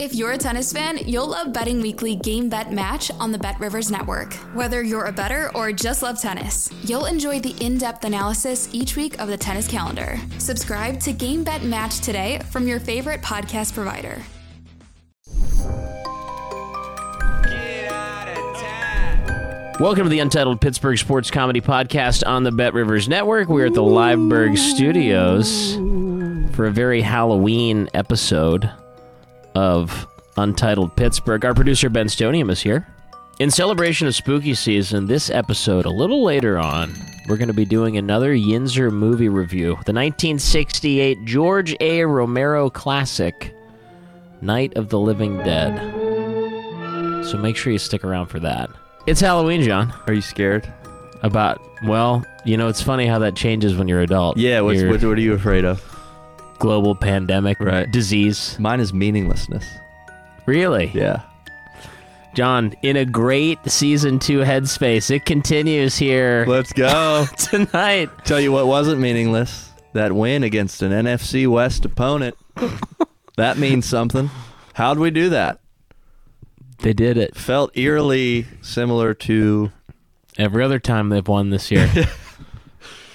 If you're a tennis fan, you'll love Betting Weekly Game Bet Match on the Bet Rivers Network. Whether you're a better or just love tennis, you'll enjoy the in depth analysis each week of the tennis calendar. Subscribe to Game Bet Match today from your favorite podcast provider. Welcome to the Untitled Pittsburgh Sports Comedy Podcast on the Bet Rivers Network. We're at the Liveberg Studios for a very Halloween episode of Untitled Pittsburgh. Our producer Ben Stonium is here. In celebration of spooky season, this episode, a little later on, we're going to be doing another Yinzer movie review. The 1968 George A. Romero classic, Night of the Living Dead. So make sure you stick around for that. It's Halloween, John. Are you scared? About, well, you know, it's funny how that changes when you're adult. Yeah, what's, Your what, what are you afraid of? global pandemic, Right. disease. Mine is meaninglessness. Really? Yeah. John, in a great season two headspace, it continues here Let's go. tonight. Tell you what wasn't meaningless that win against an NFC West opponent. that means something. How'd we do that? They did it. Felt eerily similar to. Every other time they've won this year.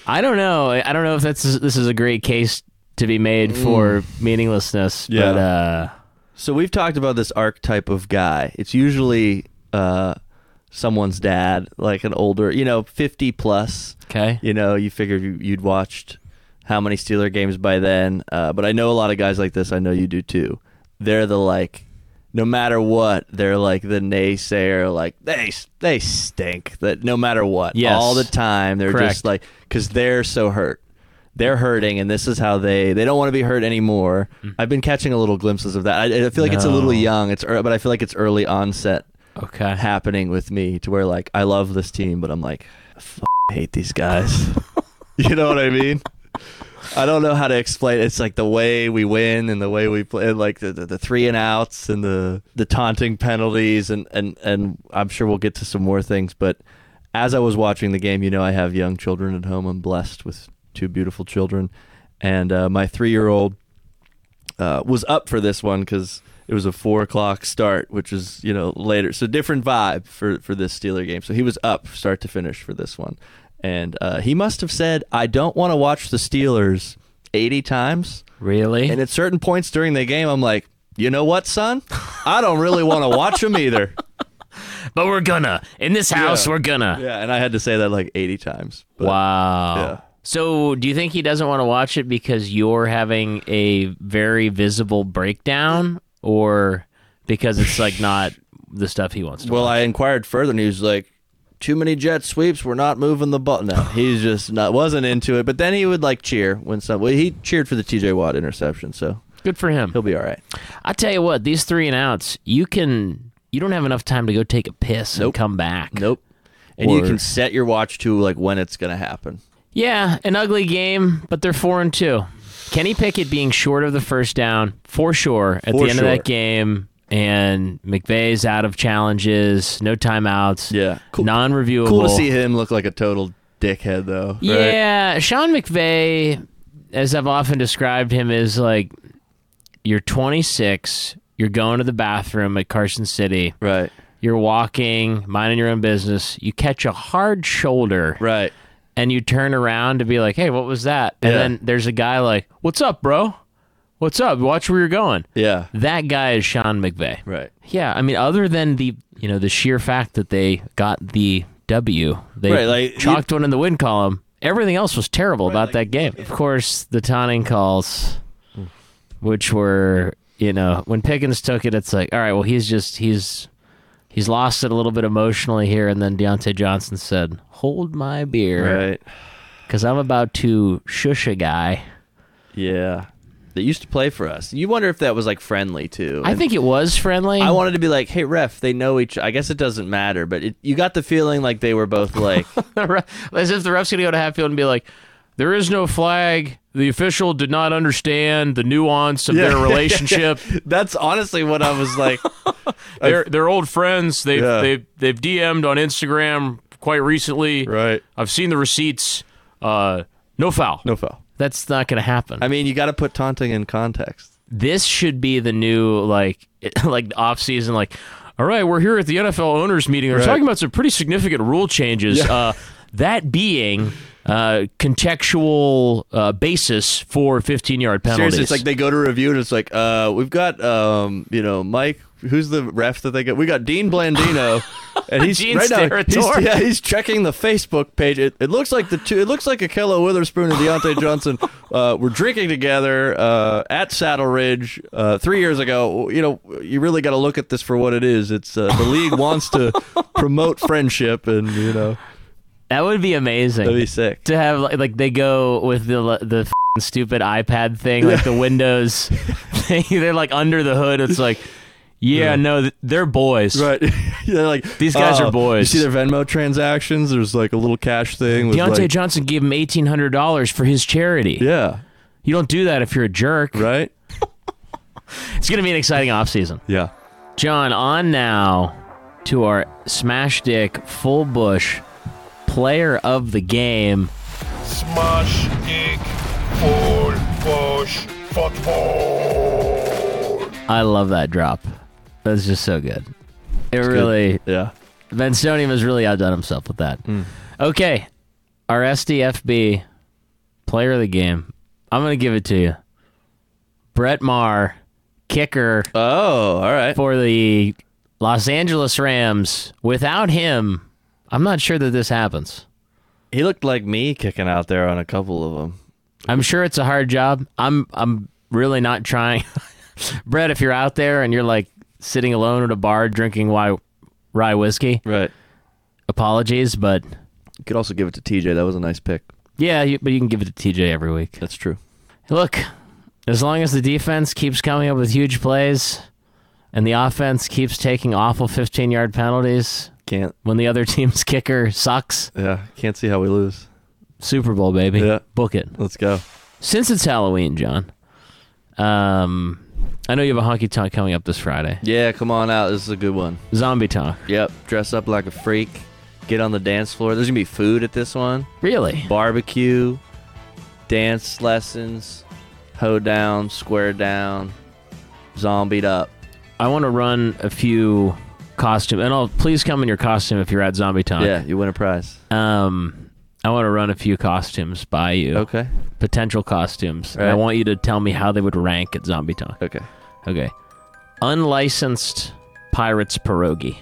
I don't know. I don't know if that's this is a great case to be made for meaninglessness, Mm. Yeah. but uh, So we've talked about this archetype of guy. It's usually uh, someone's dad, like an older, you know, 50 plus. okay. you know, you figured you- you'd watched how many Steeler games by then. Uh, but I know a lot of guys like this. I know you do too. They're the like, no matter what, they're like the naysayer. Like they they stink. That no matter what, Yes. all the time they're Correct. just like because they're so hurt. They're hurting, and this is how they they don't want to be hurt anymore. I've been catching a little glimpses of that. I, I feel like it's a Mm. No. little young. It's ear- but I feel like it's early onset Okay. happening with me to where like I love this team, but I'm like, F- I hate these guys. you know what I mean? I don't know how to explain. It's like the way we win and the way we play, and, like the, the, the three and outs and the the taunting penalties, and and and I'm sure we'll get to some more things. But as I was watching the game, you know, I have young children at home. I'm blessed with two beautiful children, and uh, my three year old uh, was up for this one because it was a four o'clock start, which is you know later, so different vibe for for this Steeler game. So he was up start to finish for this one, and uh, he must have said, "I don't want to watch the Steelers eighty times." Really? And at certain points during the game, I'm like, "You know what, son? I don't really want to watch them either." but we're gonna. In this house, Yeah. we're gonna. Yeah, and I had to say that like eighty times. But Wow. Yeah. So, do you think he doesn't want to watch it because you're having a very visible breakdown, or because it's like not the stuff he wants to? Well, watch? I inquired further, and he was like, "Too many jet sweeps. We're not moving the ball." No, he's just not wasn't into it. But then he would like cheer when some. Well, he cheered for the T.J. Watt interception, so good for him. he'll be all right. I tell you what, these three and outs, you can you don't have enough time to go take a piss and Nope. come back. Nope. And you can Word. set your watch to like when it's gonna happen. Yeah, an ugly game, but they're four and two. Kenny Pickett being short of the first down for sure at For the end sure. of that game, and McVay's out of challenges, no timeouts. Yeah. Cool- non-reviewable. Cool to see him look like a total dickhead, though. right? Yeah, Sean McVay, as I've often described him, is like you're 26, you're going to the bathroom at Carson City, Right. you're walking, minding your own business, you catch a hard shoulder, Right. and you turn around to be like, "Hey, what was that?" And Yeah. then there's a guy like, "What's up, bro? What's up? Watch where you're going." Yeah. That guy is Sean McVay. Right. Yeah, I mean, other than the you know the sheer fact that they got the W, they Right, like, chalked one in the win column. Everything else was terrible about that game. Of course, the taunting calls, which were you know when Pickens took it, it's like all right, well he's just he's he's lost it a little bit emotionally here, and then Deontay Johnson said, "Hold my beer," Right. because I'm about to shush a guy. Yeah. that used to play for us. You wonder if that was like friendly too. I And think it was friendly. I wanted to be like, hey ref, they know each. I guess it doesn't matter, but it, you got the feeling like they were both like, as if the ref's gonna go to Hatfield and be like, "There is no flag. The official did not understand the nuance of their Yeah. relationship. that's honestly what I was like. they're they're old friends. They've Yeah. they've they've DM'd on Instagram quite recently. right. I've seen the receipts. Uh, no foul. No foul. That's not gonna happen. I mean, you got to put taunting in context. this should be the new like like off season like all right we're here at the nfl owners meeting we're Right. talking about some pretty significant rule changes uh, that being uh, contextual uh, basis for 15 yard penalties Seriously, it's like they go to review and it's like, uh, we've got, um, you know, Mike. Who's the ref that they got? We got Dean Blandino, and he's Dean's right now. He's, territory. yeah, he's checking the Facebook page. It, it looks like the two. It looks like Akello Witherspoon and Deontay Johnson uh, were drinking together uh, at Saddle Ridge uh, three years ago. You know, you really got to look at this for what it is. It's uh, the league wants to promote friendship, and you know, that would be amazing that'd be sick. to have like, like they go with the the f***ing stupid iPad thing, like the Windows thing. They're like under the hood. It's like, yeah, no, th- they're boys. Right. They're like These guys are oh, boys. You see their Venmo transactions? There's like a little cash thing with Deontay like, Johnson gave him eighteen hundred dollars for his charity. Yeah. You don't do that if you're a jerk. Right? It's going to be an exciting offseason. Yeah. John, on now to our Smash Dick Full Bush player of the game. Smash dick, full push, football. I love that drop. That's just so good. It really, Yeah. Bensonium has really outdone himself with that. Okay, our SDFB player of the game. I'm going to give it to you. Brett Maher, kicker. Oh, all right. for the Los Angeles Rams. Without him, I'm not sure that this happens. He looked like me kicking out there on a couple of them. I'm sure it's a hard job. I'm I'm really not trying. Brett, if you're out there and you're like sitting alone at a bar drinking why rye whiskey, Right. apologies, but You could also give it to TJ. That was a nice pick. yeah, you, but you can give it to TJ every week. That's true. Look, as long as the defense keeps coming up with huge plays and the offense keeps taking awful 15-yard penalties Can't when the other team's kicker sucks, yeah, can't see how we lose. Super Bowl, baby. Yeah. Book it. Let's go. Since it's Halloween, John, um, I know you have a honky tonk coming up this Friday. Yeah, come on out. This is a good one. Zombie talk. Yep. Dress up like a freak. Get on the dance floor. There's gonna be food at this one. Really? Barbecue, dance lessons, hoe down, square down, zombied up. I want to run a few costume, and I'll please come in your costume if you're at Zombie Talk. Yeah, you win a prize. Um, I want to run a few costumes by you, Okay. potential costumes. And I Right. want you to tell me how they would rank at Zombie Talk. Okay. Okay. Unlicensed pirates pierogi.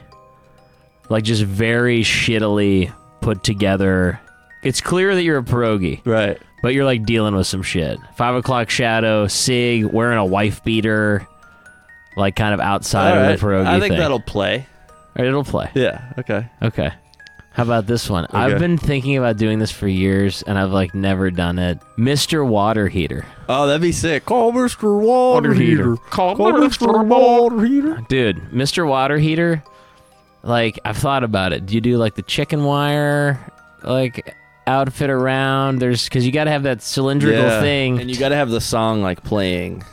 Like just very shittily put together. It's clear that you're a pierogi. Right. but you're like dealing with some shit. Five o'clock shadow, Sig wearing a wife beater, like kind of outside of the pierogi I think thing. that'll play. All right, it'll play. Yeah. Okay. Okay. How about this one? I've Okay. been thinking about doing this for years, and I've like never done it. Mister Water Heater, Oh, that'd be sick. Call Mr. Water Heater. Call, Mr. Water Heater. dude. Mister Water Heater. Like I've thought about it. Do you do like the chicken wire, like outfit around? There's because you got to have that cylindrical thing. And you got to have the song like playing.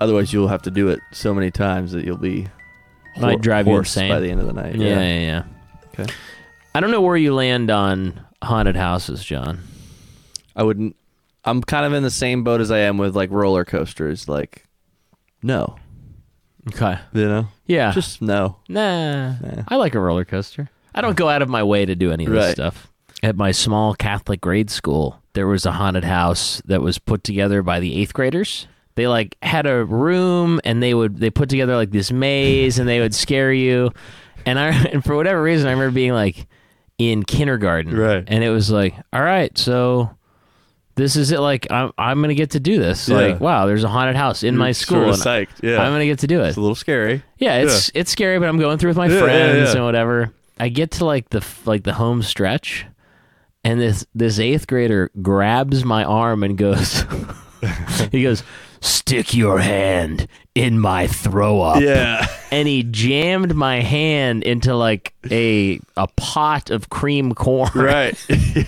Otherwise, you'll have to do it so many times that you'll be Might hor- drive you hoarse insane. by the end of the night. Yeah, yeah, yeah. Okay. I don't know where you land on haunted houses, John. I wouldn't. I'm kind of in the same boat as I am with like roller coasters. Like, no, Okay. you know, Yeah. Just just no. nah. I like a roller coaster. I don't go out of my way to do any of this Right. stuff. At my small Catholic grade school, there was a haunted house that was put together by the eighth graders. They like had a room and they would they put together like this maze and they would scare you. And I and for whatever reason I remember being like in kindergarten. Right. And it was like, all right, so this is it like I'm I'm gonna get to do this. Yeah. Like, wow, there's a haunted house in my school. Sort of and psyched. Yeah, I'm gonna get to do it. it's a little scary. Yeah, it's it's scary, but I'm going through with my yeah, friends yeah. and whatever. I get to like the f- like the home stretch, and this this eighth grader grabs my arm and goes, he goes, stick your hand in my throw up. Yeah. And he jammed my hand into like a a pot of cream corn. right.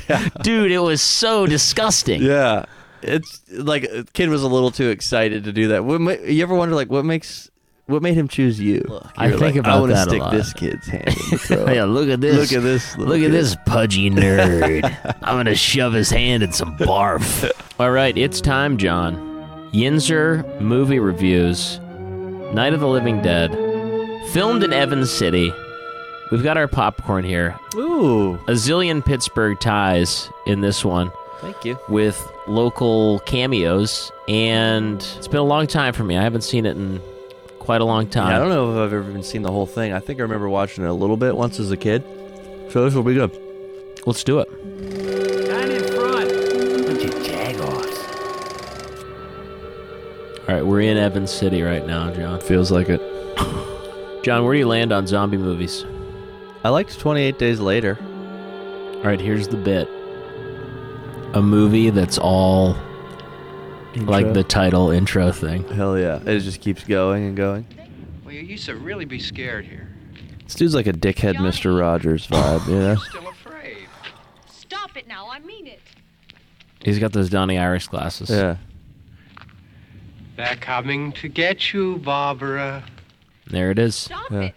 yeah. Dude, it was so disgusting. Yeah. It's like the kid was a little too excited to do that. What ma- you ever wonder like what makes what made him choose you? I You're think like, about I wanna that a stick lot. this kid's hand. In the throat. Yeah, look at this. Look at this little Look at kid. this pudgy nerd. I'm gonna shove his hand in some barf. All right, it's time, John. Yinzer movie reviews. Night of the Living Dead, filmed in Evans City. We've got our popcorn here. Ooh, A zillion Pittsburgh ties in this one thank you. with local cameos, and it's been a long time for me. I haven't seen it in quite a long time. I don't know if I've ever even seen the whole thing. I think I remember watching it a little bit once as a kid. So this will be good. Let's do it. All right, we're in Evans City right now, John. Feels like it. John, where do you land on zombie movies? I liked 28 Days Later. All right, here's the bit. A movie that's all like the title intro thing. Hell yeah. It just keeps going and going. Well, you used to really be scared here. This dude's like a dickhead Mr. Rogers vibe, you know? Still afraid. Stop it now, I mean it. He's got those Donnie Irish glasses. Yeah. They're coming to get you, Barbara. There it is. Stop Yeah. it.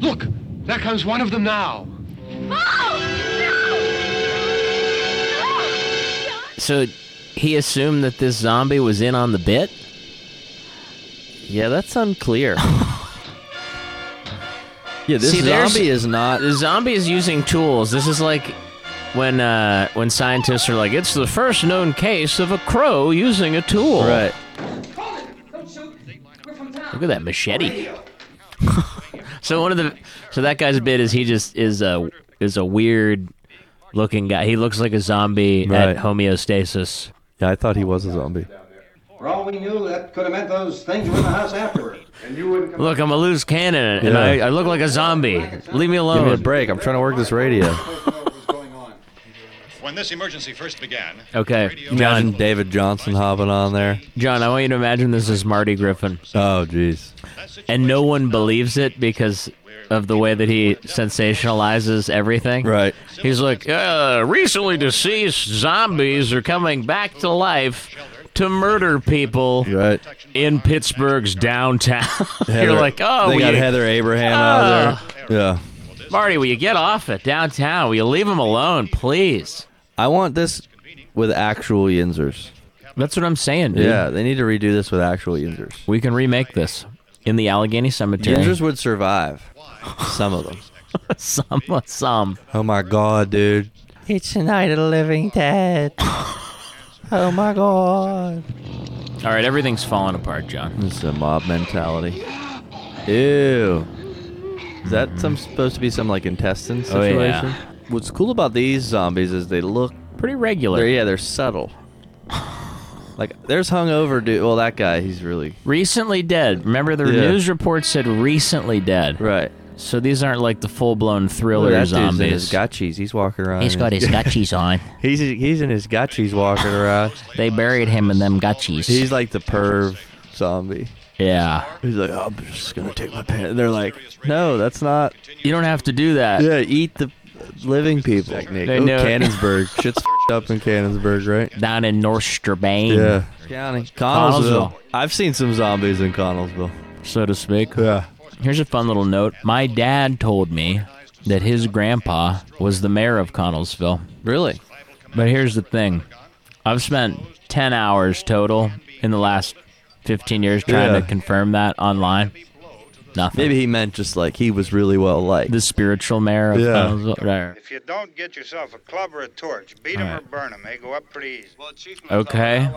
Look, there comes one of them now. Oh, no! No! So he assumed that this zombie was in on the bit? Yeah, that's unclear. yeah, this See, there's- zombie is not. The zombie is using tools. This is like when uh, when scientists are like, it's the first known case of a crow using a tool. Right. Look at that machete. so one of the so that guy's bit is he just is a is a weird looking guy. He looks like a zombie Right. at homeostasis. Yeah, I thought he was a zombie. For all we knew, that could have meant those things were in the house afterward. And you wouldn't Look, I'm a loose cannon, and Yeah. I, I look like a zombie. Leave me Give me a alone. break. I'm trying to work this radio. When this emergency first began, Okay, Imagine John. David Johnson hopping on there. John, I want you to imagine this is Marty Griffin, Oh, jeez. and no one believes it because of the way that he sensationalizes everything. Right. He's like, uh, recently deceased zombies are coming back to life to murder people Right. in Pittsburgh's downtown. You're Heather- like, oh, Ah. they will got you- Heather Abraham out of there. Yeah. Marty, will you get off at downtown? Will you leave him alone, please? I want this with actual Yinzers. That's what I'm saying, dude. Yeah, they need to redo this with actual Yinzers. We can remake this in the Allegheny Cemetery. Yinzers would survive. Some of them. some, some. Oh my god, dude. It's the night of the living dead. oh my god. All right, everything's falling apart, John. This is a mob mentality. Ew. Is that some supposed to be some like intestine Oh, situation? yeah. What's cool about these zombies is they look Pretty regular. they're yeah, they're subtle. Like there's hungover dude well that guy, he's really Recently dead. Remember, the Yeah. news report said recently dead. Right. So these aren't like the full blown thriller Look, that dude's in his zombies. gotchies. He's walking around. He's got his gutchies on. He's he's in his gotchies walking around. They buried him in them gutchies. He's like the perv zombie. yeah. He's like, "Oh, I'm just gonna take my pants. And they're like, No, that's not. You don't have to do that. Yeah, eat the living people. Nick. They Oh, know- Cannonsburg. Shit's f***ed up in Cannonsburg, right? Down in North Strabane, Yeah. County. Connellsville. Connellsville. I've seen some zombies in Connellsville. so to speak. Yeah. Here's a fun little note. My dad told me that his grandpa was the mayor of Connellsville. Really? But here's the thing. I've spent 10 hours total in the last 15 years trying Yeah. to confirm that online. Nothing. Maybe he meant just like he was really well liked. the spiritual mayor of Yeah. Connellsville. Right. If you don't get yourself a club or a torch, beat 'em or burn 'em. They go up pretty easy. Well, Chief, Okay.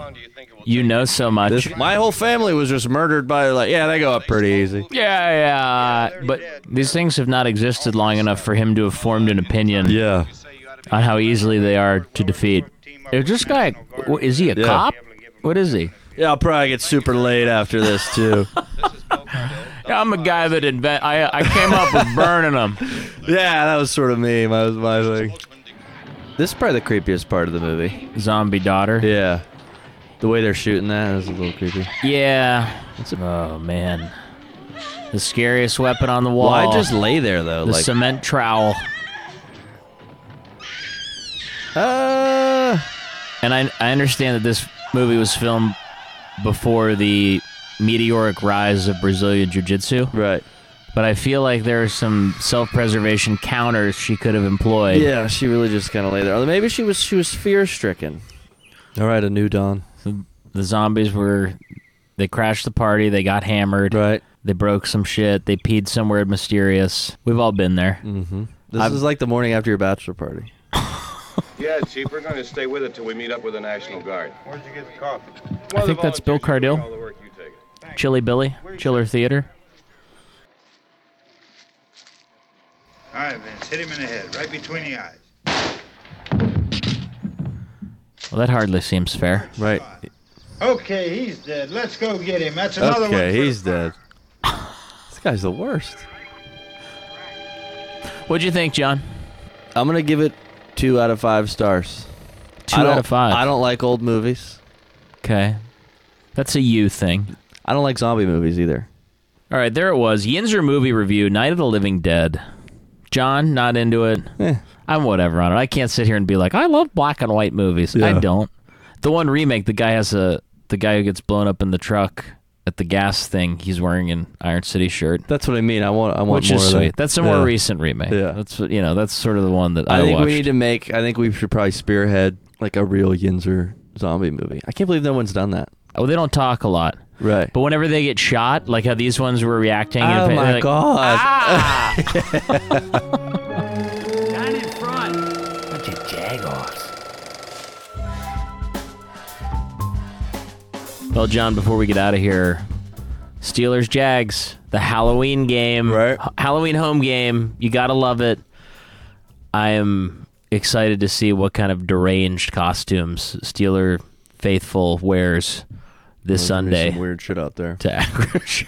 You know so much. This, my whole family was just murdered by like, yeah, they go up pretty easy. Yeah, yeah. But these things have not existed long enough for him to have formed an opinion Yeah. on how easily they are to defeat. Is this guy, wh- is he a Yeah. cop? What is he? Yeah, I'll probably get super late after this too. Yeah, I'm a guy that invent. I I came up with burning them. yeah, that was sort of me. That was my thing. This is probably the creepiest part of the movie. Zombie daughter. Yeah. The way they're shooting that is a little creepy. Yeah. It's a- oh man. The scariest weapon on the wall. Why just lay there though? the like, cement trowel. uh, And I I understand that this movie was filmed before the meteoric rise of Brazilian jiu-jitsu, right. but I feel like there are some self-preservation counters she could have employed. Yeah, she really just kind of lay there. Or maybe she was she was fear stricken. All right, a new dawn. The zombies were they crashed the party, they got hammered. Right. They broke some shit. They peed somewhere mysterious. We've all been there. Mm. This is like the morning after your bachelor party. Yeah, Chief, we're gonna stay with it till we meet up with the National Guard. Where'd you get the coffee? I think that's Bill Cardill, All the work you take. Chili Billy, Chiller Theater. All right, Vince, hit him in the head, right between the eyes. Well, that hardly seems fair. Right. Okay, he's dead. Let's go get him. That's another one. Okay, for he's dead. the- this guy's the worst. What'd you think, John? I'm gonna give it two out of five stars. Two I out don't- of five. I don't like old movies. Okay, that's a you thing. I don't like zombie movies either. All right, there it was. Yinzer movie review, Night of the Living Dead. John, not into it. Eh. I'm whatever on it. I can't sit here and be like, I love black and white movies. I Yeah. don't. The one remake, the guy has a the guy who gets blown up in the truck at the gas thing. He's wearing an Iron City shirt. That's what I mean. I want. I want which more is of that. sweet. That's a more Yeah. recent remake. Yeah. that's you know that's sort of the one that I, I think watched. we need to make. I think we should probably spearhead like a real Yinzer zombie movie. I can't believe no one's done that. oh, they don't talk a lot, Right. but whenever they get shot, like how these ones were reacting. and oh they're my like, ah! god. Well, John, before we get out of here, Steelers Jags, the Halloween game, Right. H- Halloween home game. You gotta love it. I am excited to see what kind of deranged costumes Steeler faithful wears this Sunday. Some weird shit out there. to agriculture.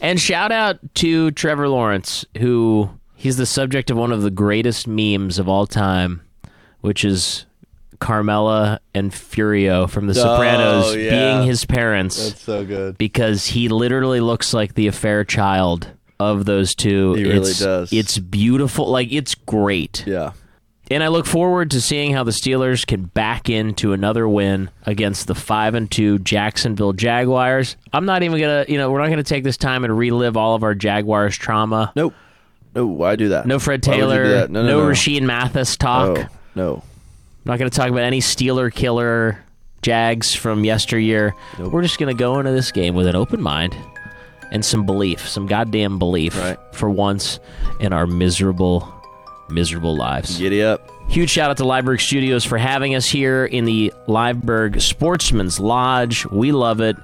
and shout out to Trevor Lawrence, who he's the subject of one of the greatest memes of all time, which is Carmela and Furio from The Sopranos Oh, yeah. being his parents That's so good. because he literally looks like the affair child of those two. He really It's- does. It's beautiful. Like it's great. Yeah. And I look forward to seeing how the Steelers can back into another win against the 5 and 2 Jacksonville Jaguars. I'm not even going to, you know, we're not going to take this time and relive all of our Jaguars trauma. Nope. No, why do that? No Fred Why would you do Taylor, that? no, No, no, no. Rasheen Mathis talk. Oh, no. I'm not going to talk about any Steeler killer Jags from yesteryear. We're just going to go into this game with an open mind and some belief, some goddamn belief Right. for once in our miserable, miserable lives. Giddy up. Huge shout out to Liveberg Studios for having us here in the Liveberg Sportsman's Lodge. We love it.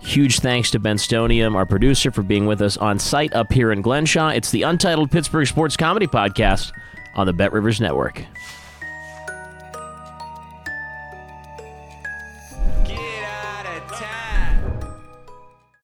Huge thanks to Ben Stonium, our producer, for being with us on site up here in Glenshaw. It's the Untitled Pittsburgh Sports Comedy Podcast on the Bet Rivers Network.